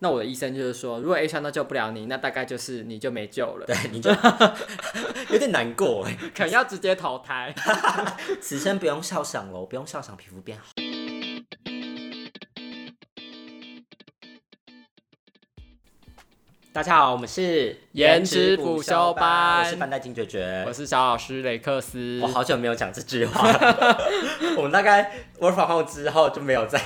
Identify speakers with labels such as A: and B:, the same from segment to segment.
A: 那我的医生就是说，如果 A 酸都救不了你，那大概就是你就没救了，
B: 对，你就有点难过哎。
A: 可能要直接淘汰。
B: 此生不用笑想了，不用笑想皮肤变好。大家好，我们是
A: 颜值补修班
B: 我是范戴金绝绝
A: 我。是小老师雷克斯
B: 我，好久没有讲这句话 了。我们大概 work from home 之后就没有再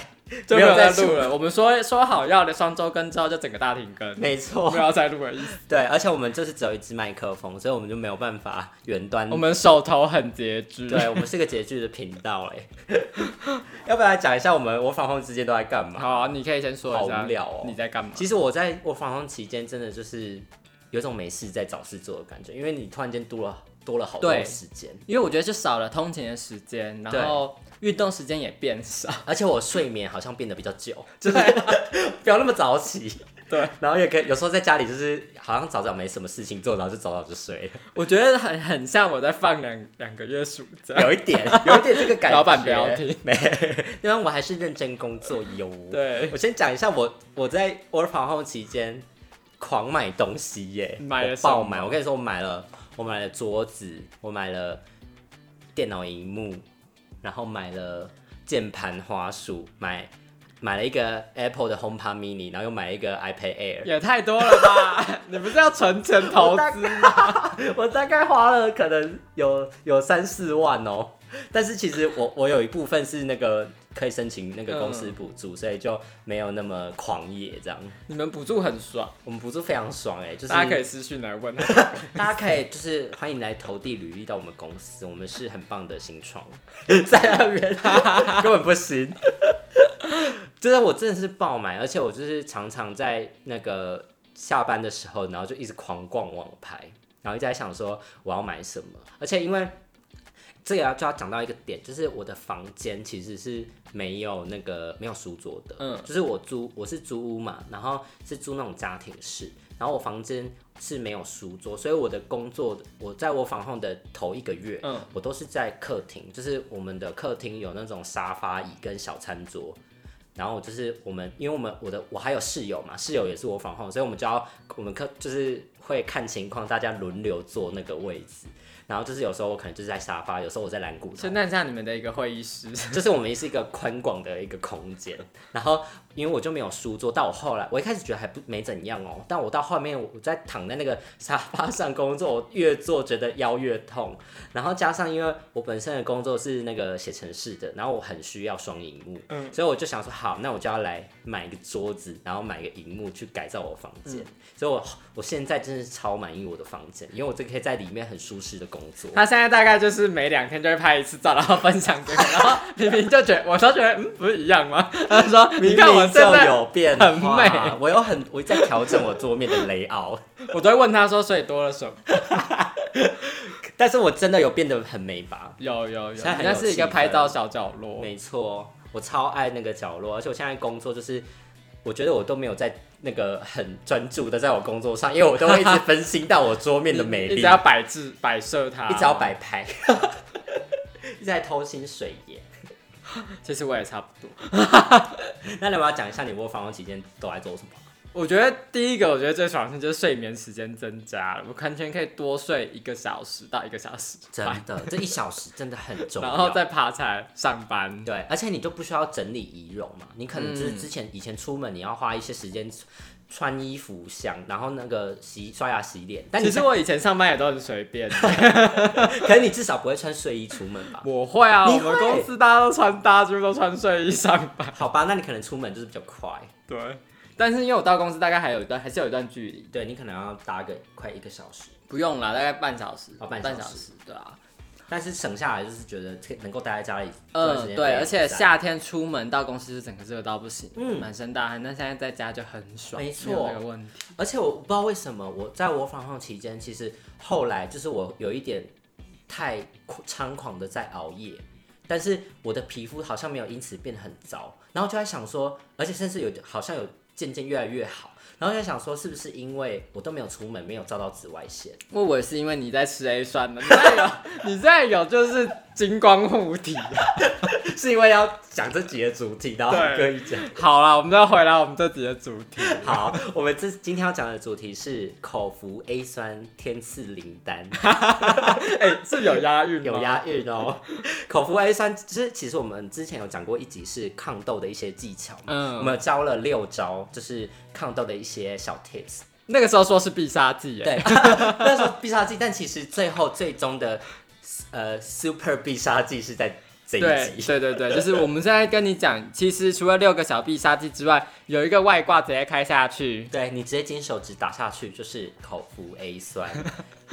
A: 就
B: 没有
A: 再
B: 再
A: 录了。我们说说好要的双周更之后就整个大停更，
B: 没错
A: 没，有要再录的意思。
B: 对，而且我们就是只有一支麦克风，所以我们就没有办法远端
A: 我们手头很拮据，
B: 嗯 对，我们是个拮据的频道哎、 要不要来讲一下我们我访问之间都在干嘛？
A: 好啊、你可以先说一下，
B: 好无聊哦
A: 你在干嘛？
B: 其实我在我访问期间真的就是有种没事在找事做的感觉，因为你突然间多了多了好
A: 对
B: 多时间，
A: 因为我觉得就少了通勤的时间，然后运动时间也变 少。
B: 而且我睡眠好像变得比较 久，
A: 对，
B: 不要那么早起。
A: 对，
B: 然后也可以有时候在家里就是好像早早没什么事情做，然后就早早就睡了，
A: 我觉得很很像我在放两两个月暑假。
B: 有一点有一点这个感 觉。
A: 老板不要听，
B: 没，因为我还是认真工作哟。
A: 对，
B: 我先讲一下我我在 work from home 期间狂买东西耶，
A: 买了
B: 我
A: 什么
B: 爆买。我跟你说，我买了我买了桌子，我买了电脑荧幕，然后买了键盘、花束，买买了一个 Apple 的 HomePod Mini，然后又买了一个 iPad Air。
A: 也太多了吧？ 你不是要存钱投资吗？
B: 啊我大概花了可能有有三四万哦，但是其实我我有一部分是那个可以申请那个公司补助，所以就没有那么狂野这样。
A: 你们补助很爽，
B: 我们补助非常爽哎、就是
A: 大家可以私讯来问他。
B: 大家可以就是欢迎来投递履历到我们公司，我们是很棒的新创， 在那边 根本不行。就是我真的是爆买，而且我就是常常在那个下班的时候，然后就一直狂逛网拍，然后一直在想说我要买什么，而且因为。这个要就要讲到一个点，就是我的房间其实是没有那个没有书桌的，
A: 嗯
B: 就是我租我是租屋嘛，然后是租那种家庭式，然后我房间是没有书桌，所以我的工作我在我访后的头一个月，
A: 嗯
B: 我都是在客厅，就是我们的客厅有那种沙发椅跟小餐桌。然后就是我们，因为我们我的我还有室友嘛，室友也是我访后，所以我们就要我们客就是会看情况，大家轮流坐那个位置。然后就是有时候我可能就是在沙发，有时候我在蓝骨头，
A: 现在像你们的一个会议室，
B: 就是我们是一个宽广的一个空间。然后因为我就没有书桌，到我后来我一开始觉得还不没怎样哦，但我到后面我在躺在那个沙发上工作，我越做觉得腰越痛。然后加上因为我本身的工作是那个写程式的，然后我很需要双荧幕，
A: 嗯
B: 所以我就想说好，那我就要来买一个桌子，然后买一个荧幕去改造我房间。所以我我现在真的是超满意我的房间，因为我这可以在里面很舒适的工作。
A: 他现在大概就是每两天就会拍一次照，然后分享给我，然后明明就觉得，我都觉得，嗯，不是一样吗？他说，你看我
B: 明明就
A: 现在，
B: 有变
A: 很
B: 化
A: 美，
B: 我有很我在调整我桌面的 layout，
A: 我都会问他说，所以多了什么？
B: 但是我真的有变得很美吧？
A: 有有有，
B: 现在
A: 你
B: 很有
A: 那是一个
B: 气氛
A: 拍照小角落，
B: 没错，我超爱那个角落，而且我现在工作就是，我觉得我都没有在那个很专注的在我工作上，因为我都会一直分心到我桌面的 美
A: 一
B: 丽，
A: 直要摆置摆设它，
B: 一直要。摆拍， 一直在偷心水耶。
A: 其实我也差不多。
B: 那你们要讲一下你窝房期间都在做什么？
A: 我觉得第一个，我觉得最爽的就是睡眠时间增加了，我完全可以多睡一个小时到一个小时
B: 真的， 这一小时真的很重要。
A: 然后再爬起来上班。
B: 对，而且你就不需要整理仪容嘛，你可能就是之前、以前出门你要花一些时间穿衣服、想，然后那个洗刷牙、洗脸，但你
A: 其实我以前上班也都很随便，
B: 可能你至少不会穿睡衣出门吧？
A: 我会啊，我
B: 你会
A: 们公司大家都穿，大家几乎都穿睡衣上 班。
B: 好吧，那你可能出门就是比较快，
A: 对，但是因为我到公司大概还有一段，还是有一段距离，
B: 对你可能要搭个快一个小时，
A: 不用啦，大概半小时，
B: 哦
A: 半
B: 半
A: 小
B: 小时
A: 时，对啊，
B: 但是省下来就是觉得这能够待在家里这啊段时
A: 嗯，
B: 间非常赞，
A: 对，而且夏天出门到公司是整个热到不行，
B: 嗯
A: 满身大汗。但现在在家就很爽，
B: 没
A: 有
B: 错
A: 这个问题。
B: 而且我不知道为什么我在我访后期间，其实后来就是我有一点太猖狂的在熬夜，但是我的皮肤好像没有因此变得很糟，然后就在想说，而且甚至有好像有渐渐越来越好，然后就在想说是不是因为我都没有出门，没有照到紫外线，
A: 因为我也是因为你在吃 A 酸的，你再有你再有就是金光护体，
B: 是因为要讲这几个主题，然后
A: 对
B: 各一讲。
A: 好啦，我们再回来我们这集的主题。
B: 好，我们这今天要讲的主题是口服 A 酸天赐灵丹，
A: 哎、是有押韵吗？
B: 有押韵哦。 口服 A 酸，其实其实我们之前有讲过一集是抗痘的一些技巧嘛，
A: 嗯
B: 我们有教了六招，就是抗痘的一些小 tips。
A: 那个时候说是必杀技耶，
B: 对，那时候必杀技，但其实最后最终的呃 super 必杀技是在这一集。
A: 对对对，就是我们现在跟你讲，其实除了六个小必杀技之外，有一个外挂直接开下去。
B: 对你直接金手指打下去就是口服 A 酸。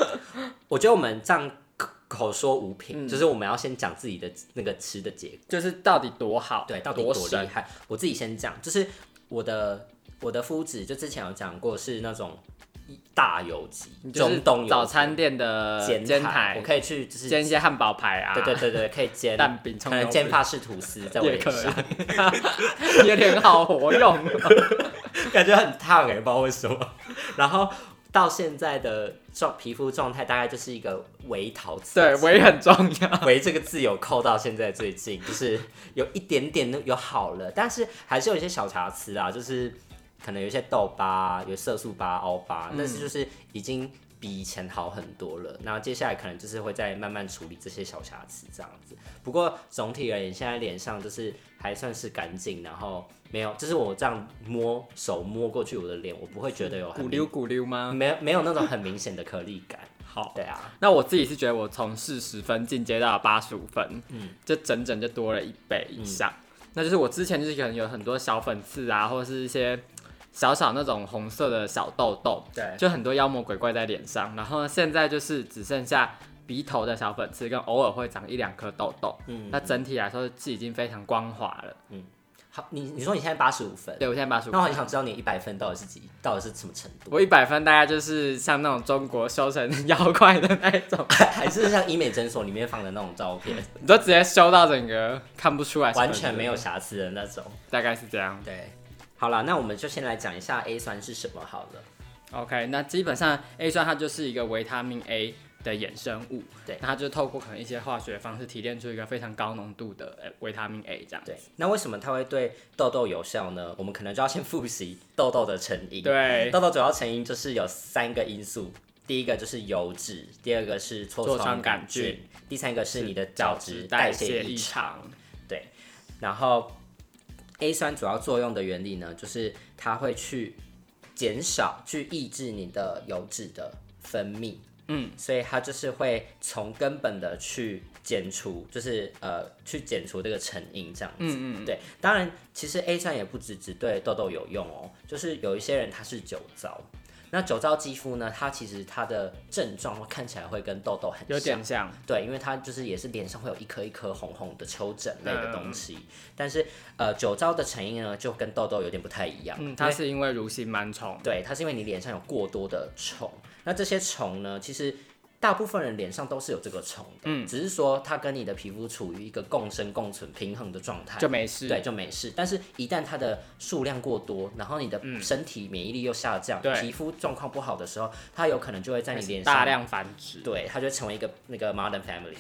B: 我觉得我们这样口口说无凭，
A: 嗯
B: 就是我们要先讲自己的那个吃的结果，
A: 就是到底多好，
B: 对，到底多
A: 多
B: 厉害。我自己先讲，就是我的我的肤质，就之前有讲过是那种大油肌，
A: 就是
B: 中东油
A: 早
B: 肌
A: 餐店的
B: 煎
A: 煎
B: 台，我
A: 台，
B: 可以去就是
A: 煎一些汉堡排啊，
B: 对对对对，可以 煎
A: 蛋饼葱
B: 可
A: 油饼
B: 能煎法式吐司在我
A: 也
B: 脸
A: 可
B: 上，
A: 以， 也脸好活用。
B: 感觉很烫哎、不知道为什么。然后到现在的状皮肤状态大概就是一个微陶瓷，
A: 对，我也很重要。
B: 微这个字有扣到现在最近，就是有一点点的有好了，但是还是有一些小瑕疵啊，就是可能有一些痘疤、啊有色素疤、凹疤，啊但
A: 嗯
B: 是就是已经比以前好很多了。然后接下来可能就是会再慢慢处理这些小瑕疵这样子。不过总体而言，现在脸上就是还算是干净，然后没有，就是我这样摸手摸过去我的脸，我不会觉得有很
A: 鼓
B: 明
A: 溜鼓溜吗？
B: 没有没有那种很明显的颗粒感。
A: 好，
B: 对啊，
A: 那我自己是觉得我从四十分进阶到八十五分，嗯，这整整就多了一倍以上。
B: 嗯
A: 那就是我之前就是可能有很多小粉刺啊，或者是一些小小那种红色的小痘痘，
B: 对
A: 就很多妖魔鬼怪在脸上。然后现在就是只剩下鼻头的小粉刺，跟偶尔会长一两颗痘痘。
B: 嗯
A: 那整体来说是已经非常光滑了。
B: 好，你你说你现在八十五分。
A: 对我现在八十五
B: 那，我很想知道你一百分到底是几，到底是什么程度？
A: 我一百分大概就是像那种中国修成 妖怪的那一种，
B: 还是像医美诊所里面放的那种照 片，
A: 你就直接修到整个看不出来，
B: 完全没有，瑕疵的那种。
A: 大概是这样。
B: 对，好了，那我们就先来讲一下 A 酸是什么好了。
A: OK，那基本上 A 酸它就是一个维他命 A 的衍生物，
B: 对
A: 那它就透过可能一些化学方式提炼出一个非常高浓度的呃维他命 A 这样。
B: 对，那为什么它会对痘痘有效呢？我们可能就要先复习痘痘的成因。，
A: 对，
B: 痘痘主要成因就是有三个因素，第一个就是油脂，第二个是痤
A: 痤
B: 疮
A: 疮
B: 杆
A: 杆
B: 菌
A: 菌，
B: 第三个是你的角质
A: 代
B: 代谢
A: 异
B: 异常。
A: 常，
B: 然后 A 酸主要作用的原理呢，就是它会去减少、去抑制你的油脂的分泌。嗯，所以它就是会从根本的去减除，就是呃，去减除这个成因这样子。嗯嗯对，当然，其实 A 酸也不只只对痘痘有用哦，就是有一些人他是酒糟，那酒糟肌肤呢，它其实它的症状看起来会跟痘痘很
A: 有
B: 像。
A: 点像，
B: 对，因为它就是也是脸上会有一颗一颗红红的丘疹类的
A: 嗯
B: 东西，但是呃，酒糟的成因呢就跟痘痘有点不太一样，
A: 嗯，它是因为乳型螨虫，
B: 对，它是因为你脸上有过多的虫，那这些虫呢，其实大部分人脸上都是有这个虫的，嗯，只是说它跟你的皮肤处于一个共生共存平衡的状态，
A: 就没事。
B: 对，就没事。但是，一旦它的数量过多，然后你的身体免疫力又下降，
A: 嗯对
B: 皮肤状况不好的时候，它有可能就会在你脸上
A: 大量繁殖，
B: 对，它就会成为一个那个 modern family。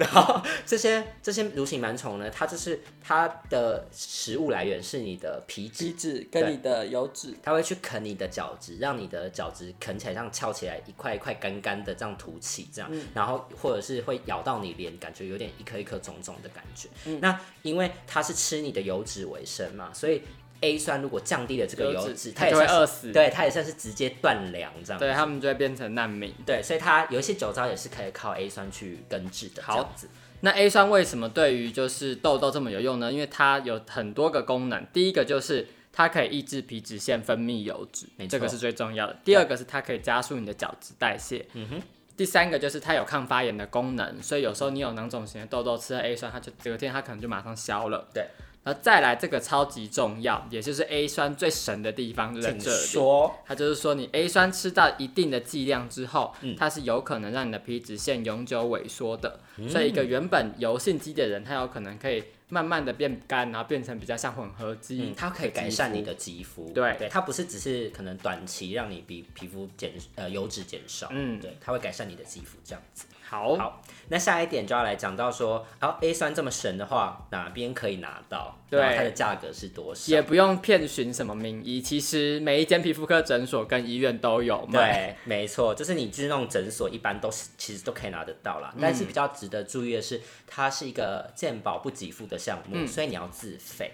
B: 然后这些这些蠕形螨虫呢，它就是它的食物来源是你的皮脂，
A: 质
B: 跟
A: 你的油脂，
B: 它会去啃你的角质，让你的角质啃起来像翘起来一块一块干干的这样凸起这
A: 嗯
B: 样，然后或者是会咬到你脸，感觉有点一颗一颗肿肿的感觉。
A: 嗯
B: 那因为它是吃你的油脂为生嘛，所以 A 酸如果降低了这个
A: 油
B: 油
A: 脂
B: 脂，
A: 它
B: 也
A: 就会
B: 算是
A: 饿死
B: 对，它也算是直接断粮这样。
A: 对他们就会变成难民。
B: 对，所以它有一些酒糟也是可以靠 A 酸去根治的。
A: 好
B: 这样子，
A: 那 A 酸为什么对于就是痘痘这么有用呢？因为它有很多个功能，第一个就是它可以抑制皮脂腺分泌油脂
B: 没，错
A: 这个是最重要的。第二个是它可以加速你的角质代谢。嗯哼。第三个就是它有抗发炎的功能，所以有时候你有囊肿型的痘痘，吃了 A 酸，它就隔天它可能就马上消了。
B: 对。
A: 然后再来这个超级重要，也就是 A 酸最神的地方就在
B: 请
A: 这里。
B: 说，
A: 它就是说，你 A 酸吃到一定的剂量之后，
B: 嗯
A: 它是有可
B: 嗯
A: 能让你的皮脂腺永久萎缩的，所以一个原本油性肌的人，他有可能可以慢慢的变干，然后变成比较像混合肌，
B: 嗯，它可以改善你的肌肤，
A: 对
B: 对，它不是只是可能短期让你比皮肤减呃油脂减少，
A: 嗯
B: 对，它会改善你的肌肤这样子。
A: 好，
B: 好，那下一点就要来讲到说，好 A 酸这么神的话，哪边可以拿到？
A: 对
B: 然后它的价格是多少？
A: 也不用遍寻什么名医，其实每一间皮肤科诊所跟医院都有卖。
B: 对，没错，就是你去那种诊所，一般都是其实都可以拿得到
A: 嗯
B: 啦。但是比较值得注意的是，它是一个健保不给付的项
A: 嗯
B: 目，所以你要自费。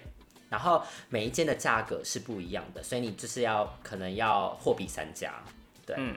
B: 然后每一间的价格是不一样的，所以你就是要可能要货比三家。对，
A: 嗯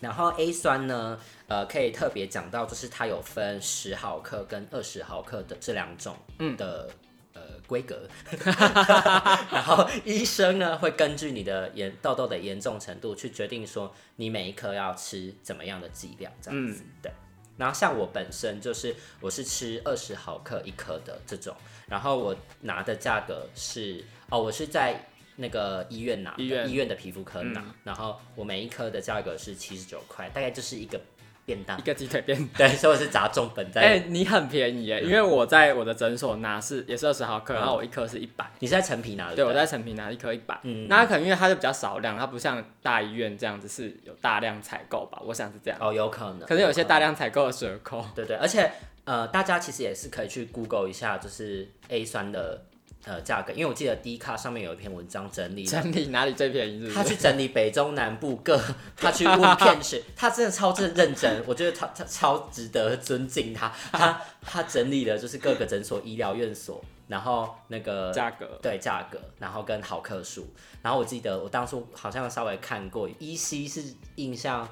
B: 然后 A 酸呢，呃，可以特别讲到，就是它有分十毫克跟二十毫克的这两种
A: 嗯
B: 的、呃规格， 然后医生呢会根据你的严痘痘的严重程度去决定说你每一颗要吃怎么样的剂量这样
A: 嗯
B: 子。对。然后像我本身就是我是吃二十毫克一颗的这种，然后我拿的价格是哦，我是在那个医院拿的
A: 医院嗯
B: 医院的皮肤科拿，然后我每一颗的价格是七十九块，大概就是一个便当
A: 一。个鸡腿便
B: 对，所以我是砸重本在。
A: 哎、你很便宜耶，因为我在我的诊所拿是也是二十毫克，
B: 嗯
A: 然后我一颗是一百、
B: 你是在陈皮拿的？
A: 对，
B: 不
A: 我在成品拿一颗一百。
B: 嗯
A: 那它可能因为它就比较少量，它不像大医院这样子是有大量采购吧，我想是这样。
B: 哦，有可能。
A: 可是有些大量采购的折扣，
B: 对对，而且呃，大家其实也是可以去 Google 一下，就是 A 酸的呃价格，因为我记得 D 卡上面有一篇文章整理了，
A: 整理哪里最便宜是
B: 他
A: 不是？
B: 去整理北中南部各，他去问 骗谁，他真的超真认真，我觉得他他超值得尊敬他，他他整理了就是各个诊所、医疗院所，然后那个
A: 价格
B: 对价格，然后跟毫克数。然后我记得我当初好像稍微看过，依稀是印象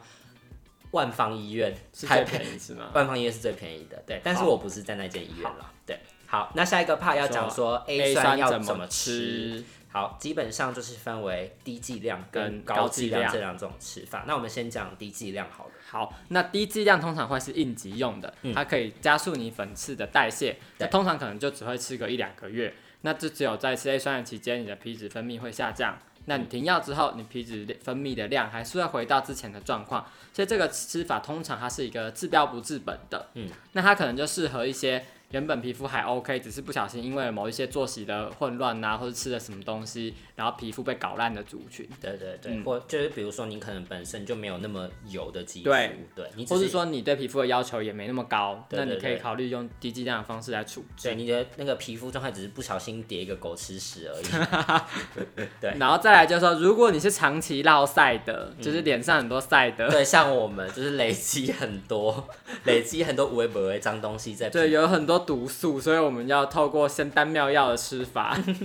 B: 万方医院
A: 是
B: 还
A: 最便宜是吗？
B: 万方医院是最便宜的，对。但是
A: 好
B: 我不是在那间医院了，对。好，那下一个 part 要讲说 A 酸
A: 酸
B: 要
A: 怎
B: 么吃。
A: 吃？
B: 好，基本上就是分为低剂量跟
A: 跟
B: 高
A: 高
B: 剂
A: 剂
B: 量
A: 量
B: 这两种吃法。那我们先讲低剂量好了。
A: 好，那低剂量通常会是应急用的，它可以加速你粉刺的代谢。
B: 嗯
A: 那
B: 对
A: 通常可能就只会吃个一两个月。那就只有在吃 A 酸的期间，你的皮脂分泌会下降。那你停药之后，你皮脂分泌的量还是会回到之前的状况。所以这个吃法通常它是一个治标不治本的。
B: 嗯，
A: 那它可能就适合一些原本皮肤还 OK，只是不小心因为某一些作息的混乱啊呐、或者吃了什么东西，然后皮肤被搞烂的族群。
B: 对对对，
A: 嗯
B: 或就是比如说你可能本身就没有那么油的肌肤，
A: 对
B: 对你只
A: 或是说你对皮肤的要求也没那么高，
B: 对
A: 那
B: 对
A: 你可以
B: 对
A: 考虑用低剂量的方式来处
B: 对
A: 置。
B: 你的那个皮肤状态只是不小心叠一个狗吃屎 而已。对嗯
A: 然后再来就是说，如果你是长期落晒的，就是脸上很多晒的，
B: 对，像我们就是累积很多，累积很多无微不微脏东西在皮
A: 对，有很多毒素，所以我们要透过仙丹妙药的吃法。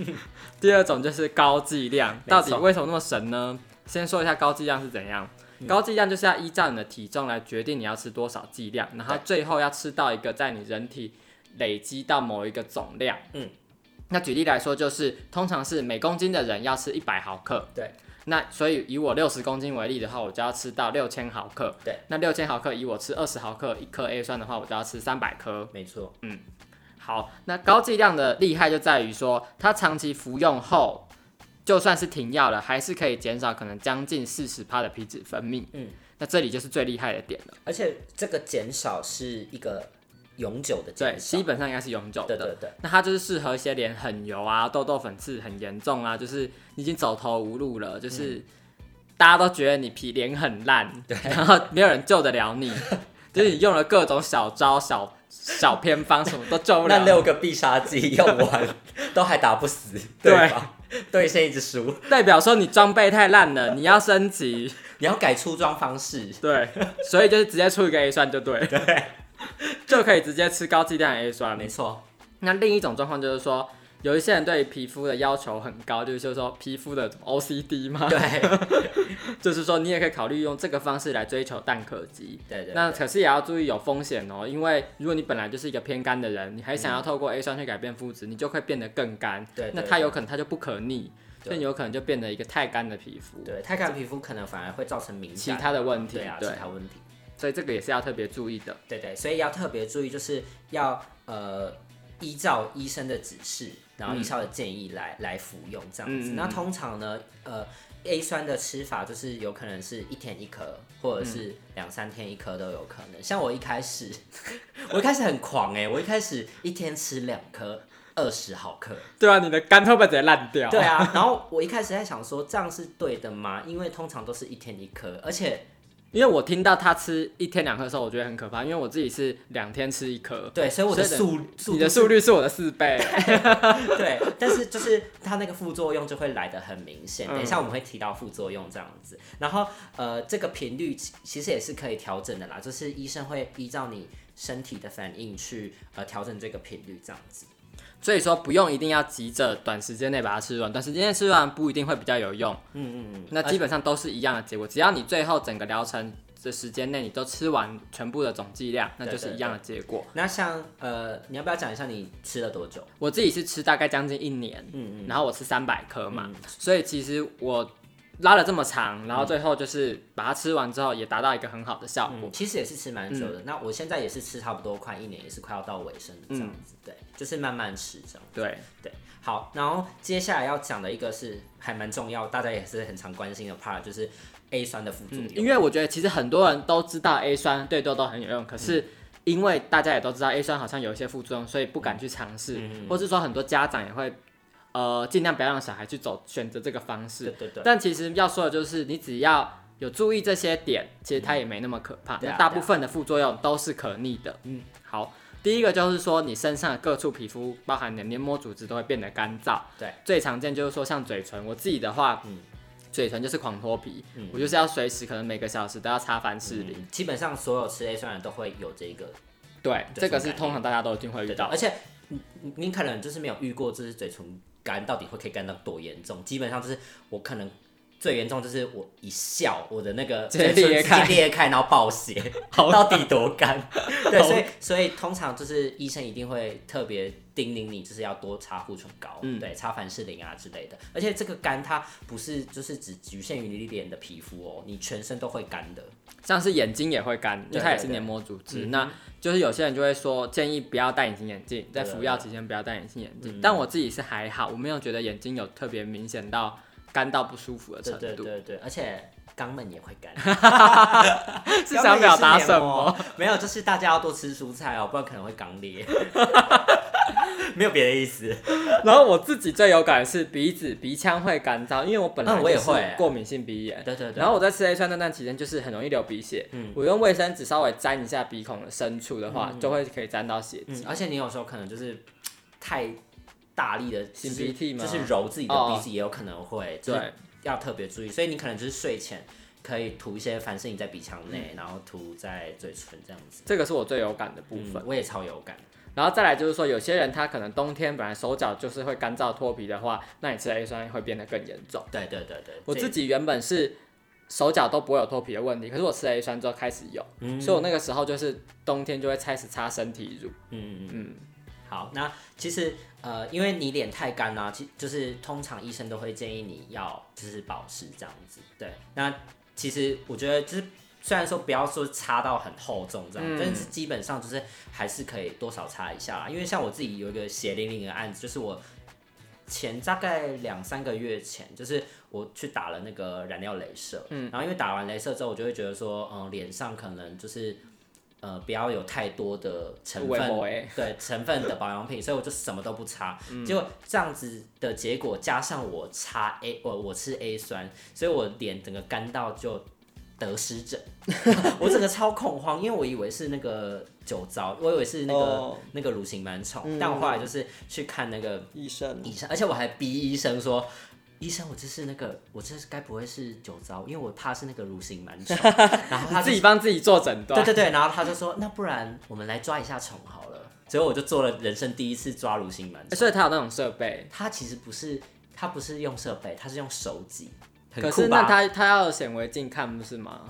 A: 第二种就是高剂量，
B: 错
A: 到底为什么那么神呢？先说一下高剂量是怎样。
B: 嗯
A: 高剂量就是要依照你的体重来决定你要吃多少剂量，然后最后要吃到一个在你人体累积到某一个总量。
B: 嗯，
A: 那举例来说，就是通常是每公斤的人要吃一百毫克。
B: 对。
A: 那所以以我六十公斤为例的话，我就要吃到六千毫克。
B: 对。
A: 那六千毫克以我吃二十毫克一颗 A 酸的话，我就要吃三百颗。
B: 没错，
A: 好，那高剂量的厉害就在于说，它长期服用后，就算是停药了，还是可以减少可能将近四十帕的皮脂分泌。
B: 嗯，
A: 那这里就是最厉害的点了。
B: 而且这个减少是一个永久的
A: 对，
B: 减少
A: 基。本上应该是永久的。
B: 啊对对对，
A: 那它就是适合一些脸很油啊、痘痘、粉刺很严重啊，就是你已经走投无路了，就是、
B: 嗯
A: 大家都觉得你皮脸很烂，然后没有人救得了 你，就是你用了各种小招、小小偏方，什么都救不了
B: 那
A: 你。
B: 六个必杀技用完 都还打不死，对
A: 对
B: 吧？对线一直输，
A: 代表说你装备太烂了，你要升级。
B: 你要改出装 方式。
A: 对，所以就是直接出一个 A 酸就对，对，就可以直接吃高剂量的 A 酸。
B: 没错，
A: 那另一种状况就是说，有一些人对皮肤的要求很高，就是说皮肤的 OCD 嘛，
B: 对对
A: 就是说你也可以考虑用这个方式来追求蛋壳肌。
B: 对对。
A: 那可是也要注意有风险哦，因为如果你本来就是一个偏干的人，你还想要透过 A 酸去改变肤质，你就会变得更干。
B: 嗯对对
A: 那它有可能它就不可逆，
B: 对
A: 所以你有可能就变得一个太干的皮肤，
B: 对太干皮肤可能反而会造成敏感，
A: 其他的问题
B: 对啊，其
A: 对
B: 他问题，
A: 所以这个也是要特别注意的。
B: 对对，所以要特别注意，就是要呃依照医生的指示，然后
A: 嗯
B: 医生的建议来、来服用这样子。
A: 嗯嗯嗯
B: 那通常呢，呃 A 酸的吃法就是有可能是一天一颗，或者
A: 嗯
B: 是两三天一颗都有 欸可能。像我一开始，我一开始很狂哎、我一开始一天吃两颗，二十毫克。
A: 对啊，你的肝会不会直接烂掉？
B: 对啊，然后我一开始在想说这样是对的吗？因为通常都是一天一颗，而且
A: 因为我听到他吃一天两颗的时候，我觉得很可怕，因为我自己是两天吃一颗，
B: 对，所以我的
A: 所以
B: 速速
A: 你的
B: 度
A: 速率是我的四倍。
B: 对，但是就是它那个副作用就会来得很明显。
A: 嗯
B: 等一下我们会提到副作用这样子，然后呃，这个频率其其实也是可以调整的啦，就是医生会依照你身体的反应去呃调整这个频率这样子。
A: 所以说不用一定要急着短时间内把它吃完，短时间内吃完不一定会比较有用。
B: 嗯嗯嗯，
A: 那基本上都是一样的结果，只要你最后整个疗程的时间内你都吃完全部的总剂量，那就是一样的结果。
B: 那像呃，你要不要讲一下你吃了多久？
A: 我自己是吃大概将近一年，
B: 嗯
A: 然后我吃三百颗嘛，所以其实我拉了这么长，然后最后就是把它吃完之后也达到一个很好的效果。
B: 嗯，其实也是吃蛮久的。那我现在也是吃差不多快一年，也是快要到尾声的这样子。对，就是慢慢吃这样。
A: 对，
B: 对，好，然后接下来要讲的一个是还蛮重要，大家也是很常关心的 part，就是 A 酸的副作
A: 嗯，
B: 用。
A: 因为我觉得其实很多人都知道 A 酸对痘痘很有用，可是因为大家也都知道 A 酸好像有一些副作用，所以不敢去尝试，或是说很多家长也会呃尽量不要让小孩去走选择这个方式
B: 对。对对，
A: 但其实要说的就是，你只要有注意这些点，其实它也没那么可怕。
B: 对啊啊
A: 那大部分的副作用都是可逆的。嗯，好，第一个就是说，你身上的各处皮肤，包含你的黏膜组织，都会变得干燥。
B: 对，
A: 最常见就是说，像嘴唇，我自己的话，
B: 嗯
A: 嘴唇就是狂脱皮，
B: 嗯
A: 我就是要随时可能每个小时都要擦凡士林。
B: 嗯基本上所有吃 A 酸的都会有这个，
A: 对，
B: 对
A: 这个
B: 这种
A: 是
B: 感觉
A: 通常大家都一定会遇
B: 对的。
A: 到
B: 而。且你你你可能就是没有遇过，就是嘴唇干到底会可以干到多严重。基本上就是我可能最严重就是我一笑，我的那个
A: 直接
B: 嘴唇
A: 裂开
B: 直接裂开，然后爆血，
A: 好
B: 到底多干？对，
A: 好
B: 所以所以通常就是医生一定会特别叮咛你，就是要多擦护唇膏，
A: 嗯
B: 对，擦凡士林啊之类的。而且这个干它不是就是只局限于你脸的皮肤哦，你全身都会干的。
A: 像是眼睛也会干，因为
B: 对
A: 它也
B: 对
A: 是
B: 对嗯
A: 黏膜组织。那就是有些人就会说，建议不要戴隐形眼镜，在服药期间不要戴隐形眼
B: 嗯
A: 镜。但我自己是还好，我没有觉得眼睛有特别明显到干到不舒服的
B: 对
A: 程
B: 对
A: 度。
B: 对对，而且肛门也会干。
A: 是想表达什么？
B: 么？没有，就是大家要多吃蔬菜哦，不然可能会肛裂。 没有别的意思。
A: 然后我自己最有感的是鼻子、鼻腔会干燥，因为我本来
B: 嗯我也
A: 就是
B: 会
A: 过敏性鼻炎。
B: 对对对
A: 然，后我在吃 A 酸那段期间，就是很容易流鼻血。
B: 嗯
A: 我用卫生纸稍微沾一下鼻孔的深处的话，就会可以沾到血迹。
B: 嗯，而且你有时候可能就是太大力的
A: 擤鼻涕吗
B: 就是揉自己的
A: 哦
B: 鼻子也有可能会，就是
A: 对，
B: 要特别注意。所以你可能就是睡前可以涂一些凡士林在鼻腔内，然后涂在嘴唇这样子。
A: 这个是我最有感的嗯部分
B: 嗯。，我也超有感。
A: 然后再来就是说，有些人他可能冬天本来手脚就是会干燥脱皮的话，那你吃了 A 酸会变得更严重。
B: 对对对对，
A: 我
B: 这
A: 自己原本是手脚都不会有脱皮的问题，可是我吃了 A 酸之后开始有，
B: 嗯
A: 所以我那个时候就是冬天就会开始擦身体乳。
B: 嗯嗯
A: 嗯
B: 嗯。好，那其实呃，因为你脸太干啦、其就是通常医生都会建议你要就是保湿这样子。对，那其实我觉得就是虽然说不要说擦到很厚重这样，
A: 嗯
B: 但是基本上就是还是可以多少擦一下啦。因为像我自己有一个血淋淋的案子，就是我前大概两三个月前，就是我去打了那个染料镭射，嗯，然后因为打完镭射之后，我就会觉得说，嗯、脸上可能就是。呃，不要有太多的成
A: 微
B: 分
A: 博欸
B: 对成分的保养品，所以我就什么都不擦。
A: 嗯
B: 结果这样子的结果，加上我擦 A，我我吃 A 酸，所以我脸整个干到就得湿疹， 我整个超恐慌，因为我以为是那个酒糟，我以为是那个、
A: 哦
B: 那个乳型螨虫，
A: 嗯
B: 但我后来就是去看那个
A: 医生，
B: 医生，而且我还逼医生说。医生，我这是那个，我这是该不会是酒糟，因为我怕是那个乳型螨 虫。然后他
A: 自
B: 就
A: 己帮自己做诊
B: 对
A: 断。
B: 对对，然后他就说，那不然我们来抓一下虫好了。结果我就做了人生第一次抓乳型螨虫。
A: 所以他有那种设备，
B: 它其实不是，它不是用设备，它是用手挤，很
A: 可
B: 酷
A: 是那
B: 吧？
A: 他他要有显微镜看不是吗？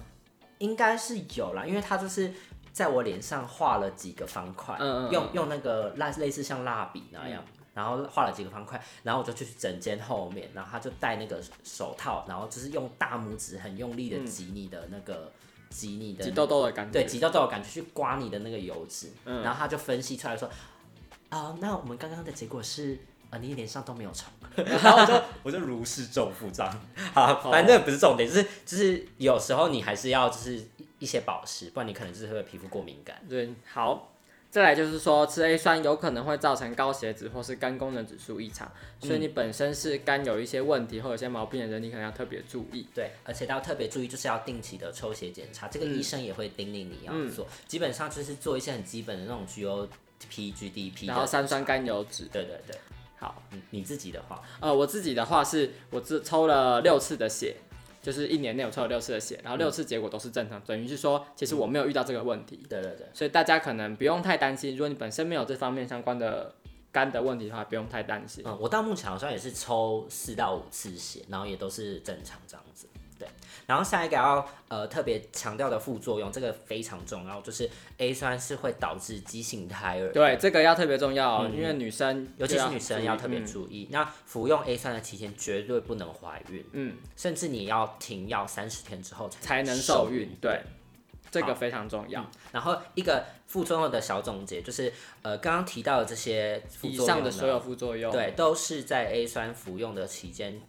B: 应该是有啦，因为它就是在我脸上画了几个方块，
A: 嗯嗯嗯嗯
B: 用用那个蜡类似像蜡笔那样。然后画了几个方块，然后我就去整间后面，然后他就戴那个手套，然后就是用大拇指很用力的挤你的那个、挤你的
A: 嗯挤痘痘的感觉。
B: 对，挤痘痘的感觉去嗯刮你的那个油脂，然后他就分析出来说，啊、那我们刚刚的结果是，啊，你脸上都没有虫， 然后我就我就如释重负这 样，好，反正不是重点，就是就是有时候你还是要就是一一些保湿，不然你可能就是会皮肤过敏感。
A: 对，好。再来就是说，吃 A 酸有可能会造成高血脂或是肝功能指数异常，所以你本身是肝有一些问题或有些毛病的人，你可能要特别注意。
B: 对，而且要特别注意，就是要定期的抽血检查，这个医生也会叮咛你要做。基本上就是做一些很基本的那种 GOP、GDP，
A: 然后
B: 的
A: 三酸甘油脂，
B: 对对对，
A: 好，
B: 你你自己的话，
A: 呃，我自己的话是我只抽了六次的血，就是一年内我抽了六次的血，然后六次结果都是正常，等于是说其实我没有遇到这个问题，
B: 对对对，
A: 所以大家可能不用太担心，如果你本身没有这方面相关的肝的问题的话，不用太担心。
B: 嗯，我到目前好像也是抽四到五次血，然后也都是正常这样子。对，然后下一个要呃特别强调的副作用，这个非常重要，就是 A 酸是会导致畸形胎儿，
A: 对，这个要特别重要哦，因为女生
B: 嗯
A: 啊
B: 尤其
A: 就是
B: 女生要特别
A: 注意嗯
B: 注意。那服用 A 酸的期间绝对不能怀孕，
A: 嗯，
B: 甚至你要停药三十天之后才
A: 嗯才能受孕，对，这个非常重要。
B: 然后一个副作用的小总结就是，呃，刚刚提到的这些副
A: 以
B: 作用
A: 上
B: 呢
A: 的所有副作用，
B: 对，都是在 A 酸服用的期间，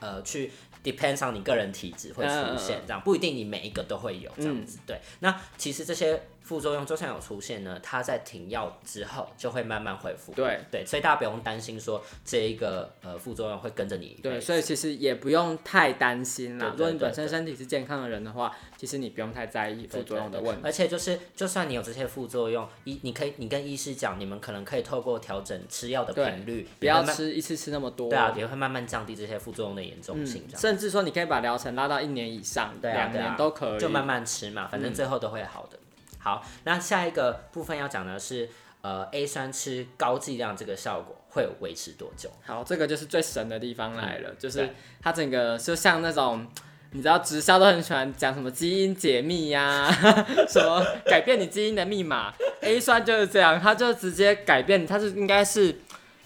B: 呃，去 depends on 你个人体质会
A: 嗯
B: 出现，这样不一定你每一个都会有这样子。对，那其实这些副作用就算有出现呢，它在停药之后就会慢慢恢复。
A: 对
B: 对，所以大家不用担心说这一个呃副作用会跟着你一辈
A: 对，
B: 子。
A: 所以其实也不用太担心啦。
B: 对对
A: 如果你
B: 对
A: 本身身体是健康的人的话，其实你不用太在意副作用的问题。
B: 而且就是，就算你有这些副作用，医你可以，你跟医师讲，你们可能可以透过调整吃药的频率，
A: 不
B: 也会
A: 要
B: 慢
A: 吃一次吃那么多，
B: 对啊，也会慢慢降低这些副作用的严重
A: 嗯
B: 性，这样、
A: 甚至说你可以把疗程拉到一年以上，
B: 对啊
A: 两
B: 对啊
A: 年都可以。
B: 就慢慢吃嘛，反正最后都会好的。好，那下一个部分要讲的是，呃，A 酸吃高剂量这个效果会维持多久？
A: 好，这个就是最神的地方来了，就是
B: 嗯对
A: 它整个就像那种。你知道直销都很喜欢讲什么基因解密呀、 什么改变你基因的密码，A 酸就是这样，它就直接改变，它是应该是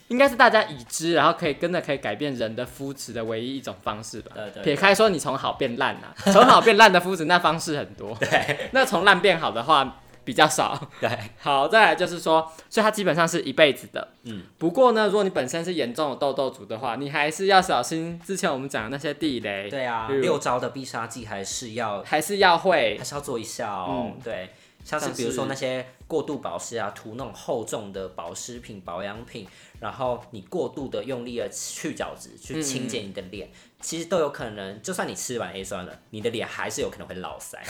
A: 应该是大家已知，然后可以跟着可以改变人的肤质的唯一一种方式吧。
B: 对对
A: 撇开说你从好变烂啊，从好变烂的肤质那方式很多，
B: 对
A: 那从烂变好的话比较少。
B: 对，
A: 好，再来就是说，所以它基本上是一辈子的。
B: 嗯，
A: 不过呢，如果你本身是严重的痘痘族的话，你还是要小心之前我们讲的那些地雷，
B: 对啊，
A: 例如
B: 六招的必杀技还是要
A: 还是要会
B: 还。是要做一下哦。对，像是
A: 像
B: 比如说
A: 是
B: 那些过度保湿啊，涂那种厚重的保湿品、保养品，然后你过度的用力的去角质去清洁你的脸，其实都有可能，就算你吃完 A 酸了，你的脸还是有可能会老塞。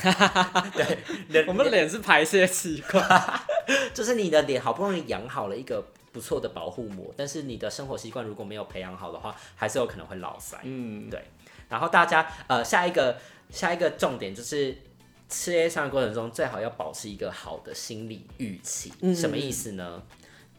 B: 对，你的
A: 我们脸是排泄器官，
B: 就是你的脸好不容易养好了一个不错的保护膜，但是你的生活习惯如果没有培养好的话，还是有可能会老塞。
A: 嗯，
B: 然后大家呃，下一个下一个重点就是吃 A 酸的过程中，最好要保持一个好的心理预期。
A: 嗯
B: 什么意思呢？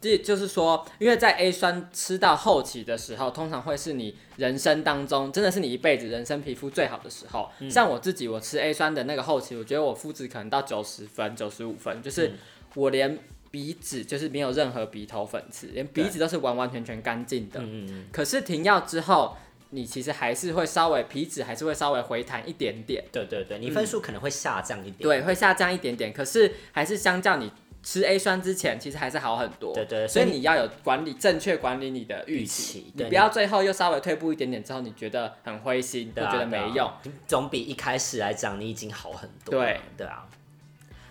A: 这 就是说，因为在 A 酸吃到后期的时候，通常会是你人生当中，真的是你一辈子人生皮肤最好的时候。像我自己，我吃 A 酸的那个后期，我觉得我肤质可能到九十分、九十五分，就是我连鼻子就是没有任何鼻头粉刺，连鼻子都是完完全全干净的。
B: 嗯，
A: 可是停药之后，你其实还是会稍微皮脂还是会稍微回弹一点点，
B: 对对对，你分数可能会下降一点。
A: 对，会下降一点点。可是还是相较你吃 A 酸之前，其实还是好很多。
B: 对对对
A: 所以你要有管理，正确管理你的预
B: 预期
A: 期，
B: 对
A: 你不要最后又稍微退步一点点之后，你觉得很灰心，
B: 对
A: 就
B: 啊，
A: 觉得没用。
B: 对啊总比一开始来讲你已经好很多了。
A: 对
B: 对啊。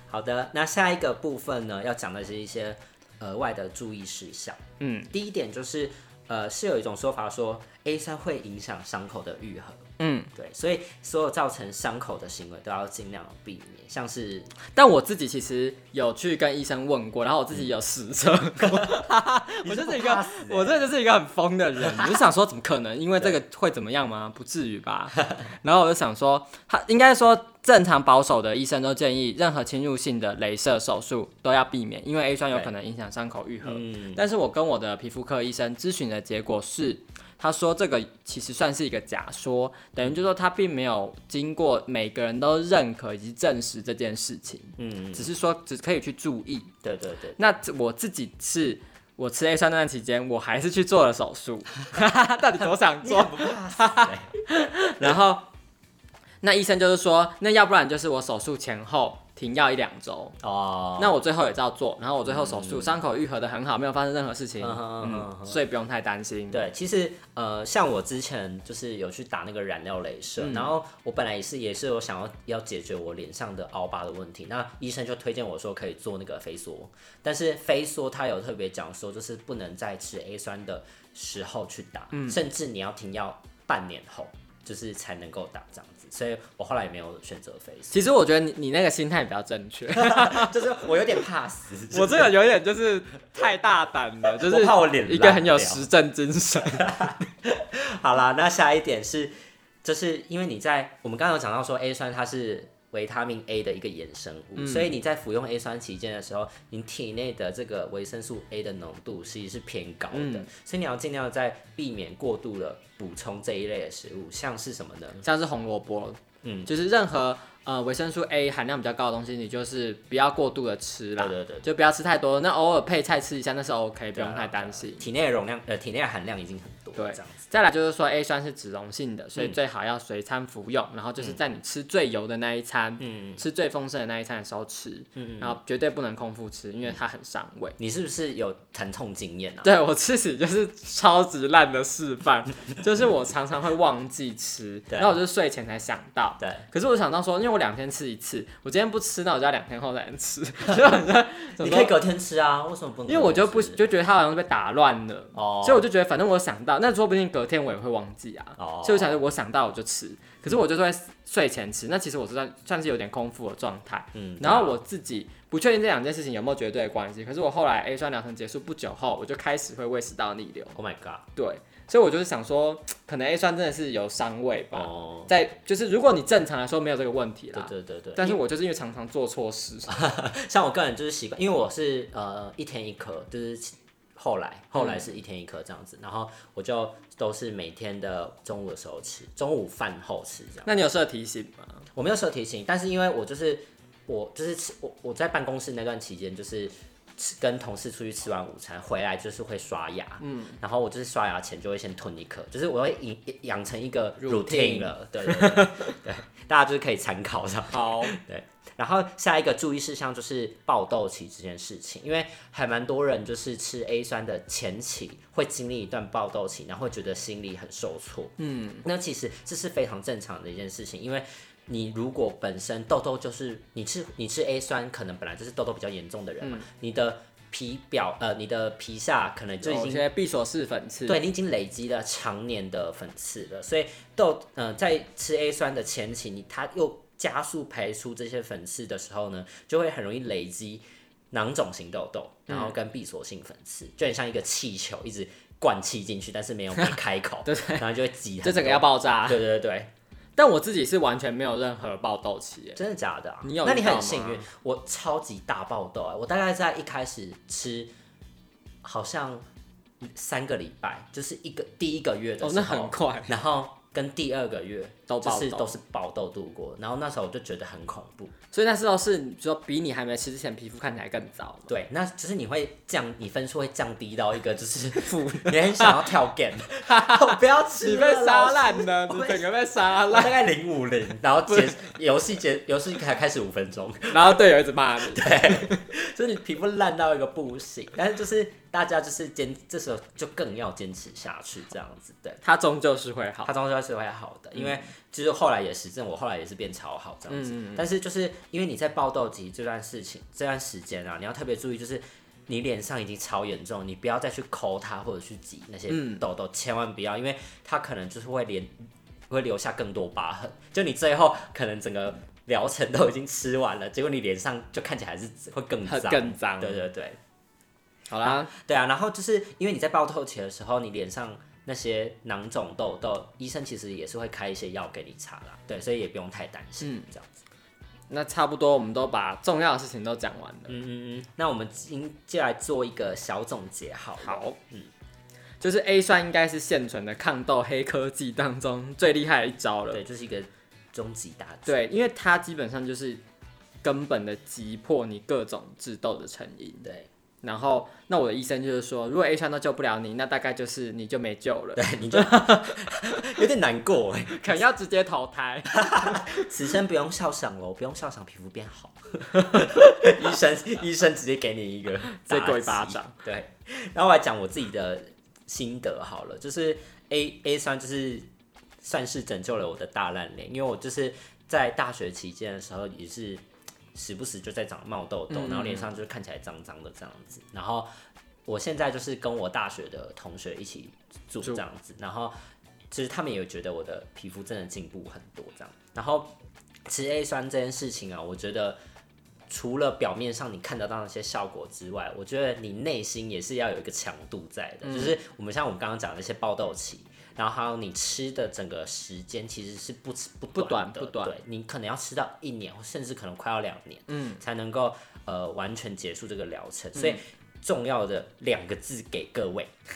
B: 好的，那下一个部分呢，要讲的是一些额外的注意事项。
A: 嗯
B: 第一点就是，呃，是有一种说法说 A 酸会影响伤口的愈合，
A: 嗯，
B: 对，所以所有造成伤口的行为都要尽量避免，像是
A: 但我自己其实有去跟医生问过，然后我自己有实 测过， 我就是一
B: 你是不怕
A: 个
B: 死 欸，
A: 我真的就是一个很疯的 人，我就想说怎么可能？因为这个会怎么样吗？ 不至于吧。然后我就想说，他应该说正常保守的医生都建议，任何侵入性的镭射手术都要避免，因为 A 酸有可能影响伤口愈合。
B: 嗯，
A: 但是我跟我的皮肤科医生咨询的结果是，他说这个其实算是一个假说，等于就是说他并没有经过每个人都认可以及证实这件事情，
B: 嗯，
A: 只是说只可以去注意。
B: 对对对，
A: 那这我自己是。我吃 A 酸那段期间，我还是去做了手术， 到底多想做？
B: 不怕死 欸
A: 然后那医生就是说，那要不然就是我手术前后停药一两周。
B: 哦，
A: 那我最后也照做，然后我最后手术伤、口愈合的很好，没有发生任何事情，
B: 嗯哼嗯哼嗯哼
A: 所以不用太担心。，
B: 对，其实呃，像我之前就是有去打那个染料镭射，
A: 嗯
B: 然后我本来也是也是有想要要解决我脸上的凹疤的问题，那医生就推荐我说可以做那个飞梭，但是飞梭他有特别讲说，就是不能在吃 A 酸的时候去打，
A: 嗯
B: 甚至你要停药半年后，就是才能够打这样子，所以我后来也没有选择飞
A: 其实我觉得你你那个心态比较正确，
B: 梭， 就是我有点怕死，
A: 我这个有点就是太大胆 了，就
B: 我
A: 是
B: 怕我脸
A: 一个很有
B: 烂掉
A: 实证精神。
B: 好啦，那下一点是，就是因为你在我们刚刚有讲到说 A 酸它是维他命 A 的一个衍生物，
A: 嗯
B: 所以你在服用 A 酸期间的时候，你体内的这个维生素 A 的浓度其实是偏高的，
A: 嗯
B: 所以你要尽量在避免过度的补充这一类的食物，像是什么呢？
A: 像是红萝卜，
B: 嗯
A: 嗯，就是任何呃维生素 A 含量比较高的东西，你就是不要过度的吃啦，
B: 对对对
A: 就不要吃太多。那偶尔配菜吃一下，那是 OK，不
B: 对啊
A: 用太担心。
B: 体内的容量呃，体内的含量已经很多，
A: 对
B: 这样子。
A: 再来就是说，A 酸是脂溶性的，所以最好要随餐服用，然后就是在你吃最油的那一餐，
B: 嗯
A: 吃最丰盛的那一餐的时候吃，
B: 嗯
A: 然后绝对不能空腹吃，因为它很伤胃。
B: 你是不是有疼痛经验啊？
A: 对我自己就是超级烂的示范，就是我常常会忘记吃，
B: 对啊
A: 然后我就睡前才想到，
B: 对，
A: 可是我想到说，因为我两天吃一次，我今天不吃，那我就要两天后才能 吃。所以我就怎
B: 你
A: 么
B: 可
A: 说？
B: 以隔天吃啊，为什么不能？
A: 因为我就不就觉得它好像是被打乱了，
B: 哦，
A: 所以我就觉得反正我想到，那说不定隔天我也会忘记啊。
B: 哦
A: 所以我想说我想到我就吃，可是我就是会睡前吃，那其实我是算算是有点空腹的状态。
B: 嗯，
A: 然后我自己不确定这两件事情有没有绝对的关系，可是我后来哎 A 酸疗程结束不久后，我就开始会胃食道逆流。
B: Oh my god，
A: 对，所以我就是想说，可能 A 酸真的是有伤胃吧。
B: 哦，
A: 在就是如果你正常来说没有这个问题啦
B: 对，对对对，
A: 但是我就是因为常常做错事，
B: 像我个人就是习惯，因为我是呃一天一颗，就是其后来后来是
A: 嗯
B: 一天一颗这样子，然后我就都是每天的中午的时候吃，中午饭后吃这样。
A: 那你有设提醒吗？
B: 我没有设提醒，但是因为我就是我就是吃我我在办公室那段期间就是。吃跟同事出去吃完午餐回来就是会刷牙，嗯，然后我就是刷牙前就会先吞一颗，就是我会养养成一个 routine
A: Routine
B: 了，对对对对，对大家就是可以参考这样。
A: 好，
B: 然后下一个注意事项就是爆痘期这件事情，因为还蛮多人就是吃 A 酸的前期会经历一段爆痘期，然后会觉得心里很受挫。嗯，那其实这是非常正常的一件事情，因为。你如果本身痘痘就是你吃你吃 A 酸，可能本来就是痘痘比较严重的人嘛，你的皮表呃你的皮下可能就
A: 就
B: 已
A: 有
B: 经
A: 一些闭锁式粉刺，
B: 对你已经累积了常年的粉刺了，所以痘呃在吃 A 酸的前期，你它又加速排出这些粉刺的时候呢，就会很容易累积囊肿型痘痘，然
A: 嗯
B: 后跟闭锁性粉刺，就很像一个气球一直灌气进去，但是没有没开 口，对然后就会挤很多，
A: 这整个要爆炸。
B: 对对对
A: 但我自己是完全没有任何爆痘期耶
B: 对，，真的假的、啊？
A: 你有
B: 那你
A: 遇到
B: 很
A: 吗
B: 幸运，我超级大爆痘啊！我大概在一开始吃，好像。三个礼拜，就是一个第一个月的
A: 哦，
B: 时
A: 那
B: 候，
A: 很快
B: 然后跟第二个月
A: 都
B: 就
A: 爆
B: 是都
A: 痘，
B: 是爆痘度过，然后那时候我就觉得很恐怖。
A: 所以那时候是你说比你还没吃之前皮肤看起来更糟，
B: 对，那就是你会降，你分数会降低到一个就是
A: 负
B: 你很想要跳 game，我不要吃
A: 你
B: 了
A: 被
B: 啊老
A: 杀
B: 师
A: 烂了，你整个被杀
B: 我
A: 烂，
B: 大概零五零，然后结游戏结游戏才开始五分钟，
A: 然后队友一直骂 你，
B: 就是你皮肤烂到一个不行，但是就是大家就是坚，这时候就更要坚持下去这样子，对。
A: 它终究是会好嗯
B: 他。终究是会好的，因为就是后来也实证，我后来也是变超好这样子。
A: 嗯
B: 但是就是因为你在爆痘期这段事情这段时间啊，你要特别注意，就是你脸上已经超严重，你不要再去抠它或者去挤那些
A: 嗯
B: 痘痘，千万不要，因为它可能就是会连会留下更多疤痕。就你最后可能整个疗程都已经吃完了，结果你脸上就看起来还是会更
A: 很
B: 脏。
A: 更脏，
B: 对对对。
A: 好啦，
B: 对啊，然后就是因为你在爆透期的时候，你脸上那些囊肿痘痘，医生其实也是会开一些药给你擦啦，对，所以也不用太担心、这样子。
A: 那差不多我们都把重要的事情都讲完了。
B: 嗯嗯嗯，那我们今接下来做一个小总结好了，
A: 好，嗯，就是 A 酸应该是现存的抗痘黑科技当中最厉害的一招了。
B: 对，就是一个终极答案。
A: 对，因为它基本上就是根本的击破你各种致痘的成因。
B: 对，
A: 然后那我的医生就是说，如果 A 酸都救不了你，那大概就是你就没救了，
B: 对，你就 有点难过 哎。
A: 可能要直接淘汰。
B: 此生不用笑场喽，不用笑场，皮肤变好。 医生，医生直接给你一个
A: 再给我一
B: 打
A: 巴
B: 击
A: 掌。
B: 对，然后我来讲我自己的心得好了，就是 A A 酸就是算是拯救了我的大烂脸，因为我就是在大学期间的时候也是时不时就在长冒痘痘，然后脸上就是看起来脏脏的这样子，然后。我现在就是跟我大学的同学一起住这
A: 住
B: 样子，然后其实他们也有觉得我的皮肤真的进步很多这样。然后吃 A 酸这件事情啊，我觉得除了表面上你看得到那些效果之外，我觉得你内心也是要有一个强度在的。
A: 嗯
B: 就是我们像我们刚刚讲的那些爆痘期，然后还有你吃的整个时间其实是不不
A: 不短
B: 的
A: 不短
B: 对你可能要吃到一年，甚至可能快要两年，
A: 嗯，
B: 才能够呃完全结束这个疗程。所以重要的两个字给各位，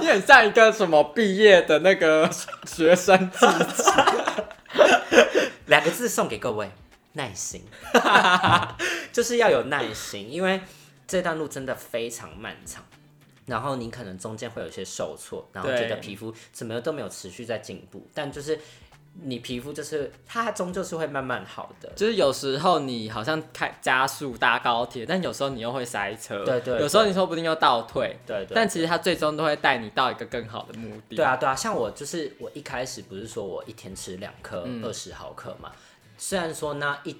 A: 你很像一个什么毕业的那个 学生自
B: 两个字送给各位：耐心， 就是要有耐心，因为这段路真的非常漫长。然后你可能中间会有一些受挫，然后觉得
A: 对
B: 皮肤怎么都没有持续在进步，但就是你皮肤就是它终究是会慢慢好的。
A: 就是有时候你好像开加速搭高铁，但有时候你又会塞车，
B: 对对对
A: 有时候你说不定又倒退，
B: 对对
A: 但其实它最终都会带你到一个更好的目的。
B: 对啊，对啊，像我就是我一开始不是说我一天吃两颗二十毫克嘛，虽然说那一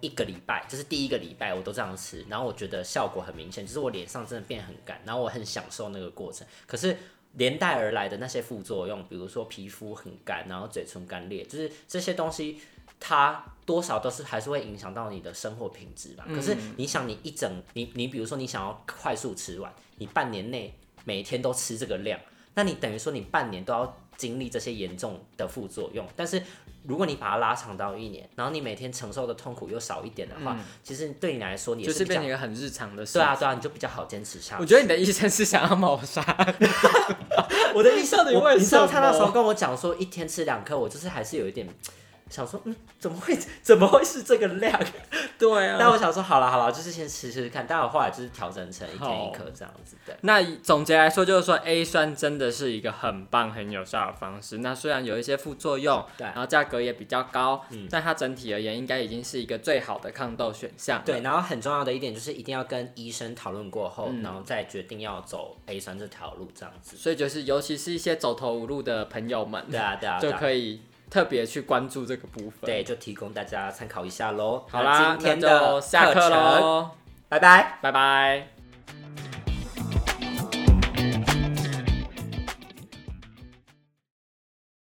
B: 一个礼拜就是第一个礼拜我都这样吃，然后我觉得效果很明显，就是我脸上真的变很干，然后我很享受那个过程，可是。连带而来的那些副作用，比如说皮肤很干，然后嘴唇干裂，就是这些东西，它多少都是还是会影响到你的生活品质
A: 嗯
B: 吧。可是你想，你一整你你比如说你想要快速吃完，你半年内每天都吃这个量，那你等于说你半年都要经历这些严重的副作用，但是如果你把它拉长到一年，然后你每天承受的痛苦又少一点的话，其实对你来说你
A: 嗯
B: 也
A: 就是是
B: 比
A: 变
B: 较
A: 成一个很日常的事。
B: 对啊，对啊，你就比较好坚持下
A: 我
B: 去。
A: 觉得你的医生是想要谋杀，
B: 我的意
A: 到底为
B: 你知道他
A: 什么
B: 那时候跟我讲说一天吃两颗，我就是还是有一点想说，嗯，怎么会 怎么会是这个量？
A: 对
B: 但我想说，好了好了，就是先吃吃看。但我后来就是调整成一天
A: 好
B: 一颗这样子的。
A: 那总结来说，就是说 A 酸真的是一个很棒、很有效的方式。那虽然有一些副作用，
B: 对嗯
A: 然后价格也比较高，但它整体而言应该已经是一个最好的抗痘选项了。
B: 对，然后很重要的一点就是一定要跟医生讨论过后，然后再决定要走 A 酸这条路这样子。
A: 所以就是，尤其是一些走投无路的朋友们，
B: 对啊，对啊，对
A: 就
B: 啊。
A: 可以特别去关注这个部分。，
B: 对，就提供大家参考一下喽。
A: 好
B: 那
A: 啦，
B: 今
A: 那
B: 天的
A: 就下
B: 课
A: 课
B: 程，
A: 喽，
B: 拜拜。
A: 拜拜。